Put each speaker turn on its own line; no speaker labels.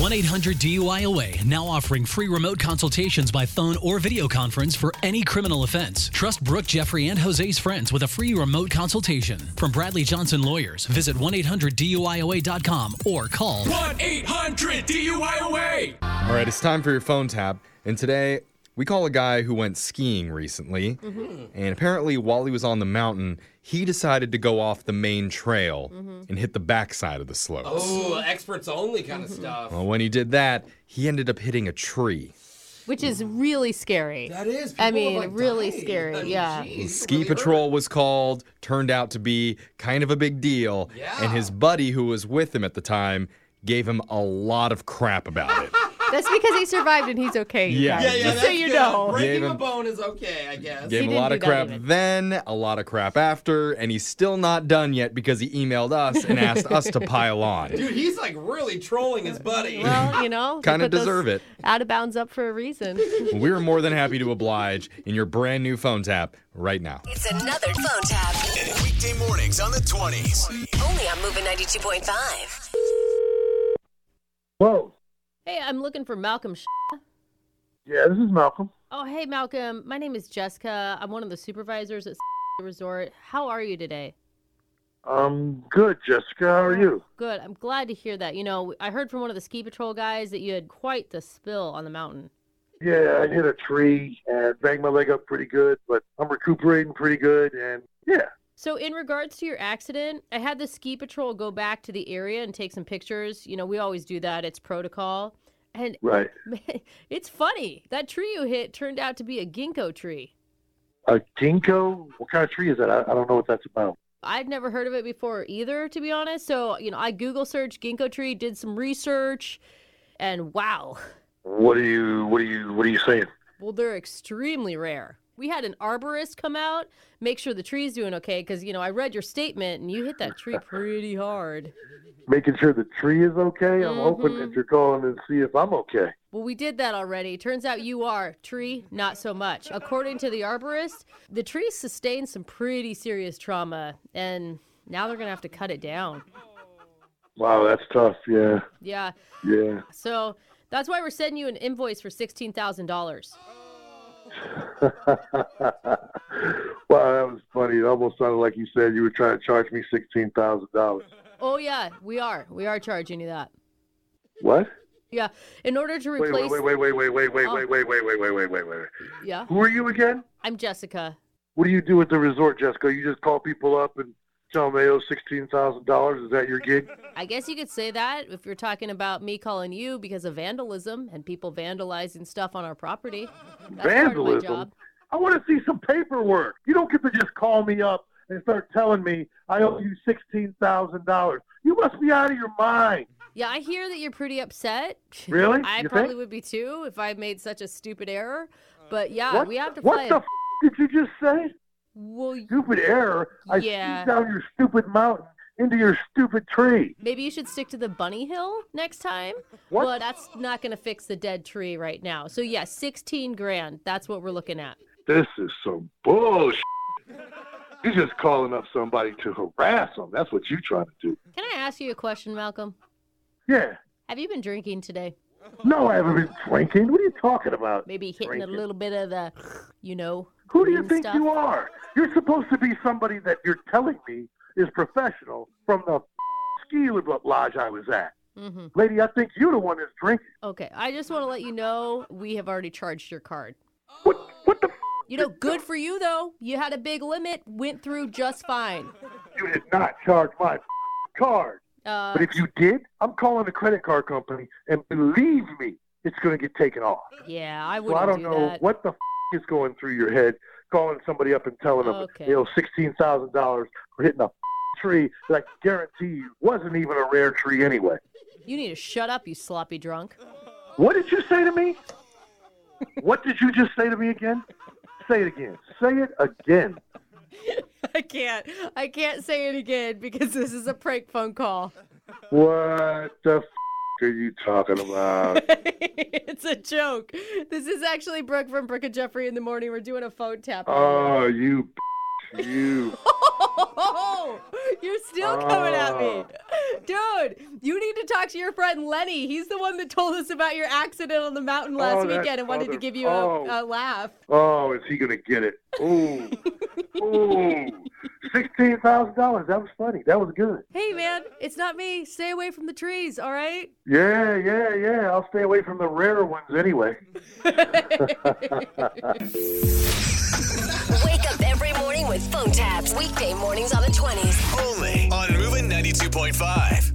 1 800 DUIOA now offering free remote consultations by phone or video conference for any criminal offense. Trust Brooke, Jeffrey, and Jose's friends with a free remote consultation. From Bradley Johnson Lawyers, visit 1 800 DUIOA.com or call
1 800 DUIOA.
All right, it's time for your phone tab. And today, we call a guy who went skiing recently. And apparently, while he was on the mountain, he decided to go off the main trail and hit the backside of the slopes.
Ooh, Oh, experts only kind
Mm-hmm.
of stuff.
Oh.
Well, when he did that, he ended up hitting a tree.
which is really scary.
That is.
I
people have,
mean,
like,
really
died.
scary.
I mean,
yeah.
geez, it
Ski
really hurt.
patrol was called, turned out to be kind of a big deal.
Yeah.
And his buddy, who was with him at the time, gave him a lot of crap about it.
That's because he survived and he's okay. you
Yeah.
guys.
Yeah, yeah.
Just so
that's
you
good.
know.
breaking
Gave
a
him-
bone is okay, I guess.
Gave him a
didn't
lot
do
of
that
crap
even.
then, a lot of crap after, and he's still not done yet because he emailed us and asked us to pile on.
Dude, he's like really trolling his buddy.
Well, you know,
Kinda deserve it.
Out of bounds up for a reason.
We are more than happy to oblige in your brand new phone tap right now.
It's another phone tap.
Weekday mornings on the 20s.
Only on Moving 92.5.
Whoa.
hey, I'm looking for Malcolm. Sh-
Yeah, this is Malcolm.
Oh, hey, Malcolm. My name is Jessica. I'm one of the supervisors at Resort. How are you today?
Um, good, Jessica. How are you?
Good. I'm glad to hear that. You know, I heard from one of the ski patrol guys that you had quite the spill on the mountain.
Yeah, I hit a tree and banged my leg up pretty good, but I'm recuperating pretty good. And yeah,
So, in regards to your accident, I had the ski patrol go back to the area and take some pictures. You know, we always do that, it's protocol. And
right.
it's funny. That tree you hit turned out to be a ginkgo tree.
A ginkgo? What kind of tree is that? I, I don't know what that's about.
I'd never heard of it before either, to be honest. So, you know, I Google searched ginkgo tree, did some research, and wow.
What are you? What are you? What are you saying?
Well, they're extremely rare. We had an arborist come out, make sure the tree's doing okay, because, you know, I read your statement and you hit that tree pretty hard.
Making sure the tree is okay. I'm hoping
Mhm.
that you're calling and see if I'm okay.
Well, we did that already. Turns out you are. Tree, not so much. According to the arborist, the tree sustained some pretty serious trauma, and now they're going to have to cut it down.
Wow, that's tough. Yeah,
Yeah.
yeah.
So that's why we're sending you an invoice for $16,000.
wow, that was funny. It almost sounded like you said you were trying to charge me sixteen thousand dollars.
Oh, yeah, we are. We are charging you that.
What?
Yeah. In order to
Wait,
replace.
wait, wait, wait, wait, wait, wait,
Oh.
wait, wait, wait, wait, wait, wait, wait, wait.
Yeah.
Who are you again?
I'm Jessica.
What do you do at the resort, Jessica? You just call people up and tell them they owe sixteen thousand dollars. Is that your gig?
I guess you could say that if you're talking about me calling you because of vandalism and people vandalizing stuff on our property. That's Part of my
Vandalism.
job.
I want to see some paperwork. You don't get to just call me up and start telling me I owe you sixteen thousand dollars. You must be out of your mind.
Yeah, I hear that you're pretty upset.
Really?
I
You
probably
think?
would be too if I made such a stupid error. But yeah,
what?
we have to
what
play.
the f- did you just say?
well, you-
Stupid error. I
Yeah.
skied down your stupid mountain into your stupid tree.
maybe you should stick to the bunny hill next time.
What?
Well, that's not going to fix the dead tree right now. So yeah, 16 grand. That's what we're looking at.
This is some bullshit. You're just calling up somebody to harass them. That's what you're trying to do.
Can I ask you a question, Malcolm?
Yeah.
Have you been drinking today?
No, I haven't been drinking. What are you talking about?
Maybe hitting
Drinking.
a little bit of the, you know.
Who do you
green
think
stuff?
you are? You're supposed to be somebody that you're telling me is professional from the ski lodge I was at.
Mm-hmm.
Lady, I think you're the one that's drinking.
Okay, I just want to let you know we have already charged your card.
What? What the? F-
You know, good for you though. You had a big limit, went through just fine.
you did not charge my f- card.
Uh,
But if you did, I'm calling the credit card company, and believe me, it's going to get taken off.
Uh, yeah, I
So
wouldn't
I don't
do
know
that.
what the f- is going through your head, calling somebody up and telling them
Okay.
they owe sixteen thousand dollars for hitting a f- tree that I guarantee you wasn't even a rare tree anyway.
You need to shut up, you sloppy drunk.
What did you say to me? what did you just say to me again? Say it again. Say it again.
I can't. I can't say it again because this is a prank phone call.
What the f- are you talking about?
it's a joke. This is actually Brooke from Brooke and Jeffrey in the morning. We're doing a phone tap.
oh, you, b- you.
Oh, You're still coming at me.
Oh.
Dude, you need to talk to your friend Lenny. He's the one that told us about your accident on the mountain last
Oh, that
weekend and wanted to
other-
give you
oh.
a, a laugh.
Oh, is he gonna get it? Ooh, ooh, sixteen thousand dollars. That was funny. That was good.
Hey, man, it's not me. Stay away from the trees, all right?
Yeah, yeah, yeah. I'll stay away from the rare ones anyway.
Wake up every morning with phone tabs. Weekday mornings on the 20s.
Only on Moving 92.5.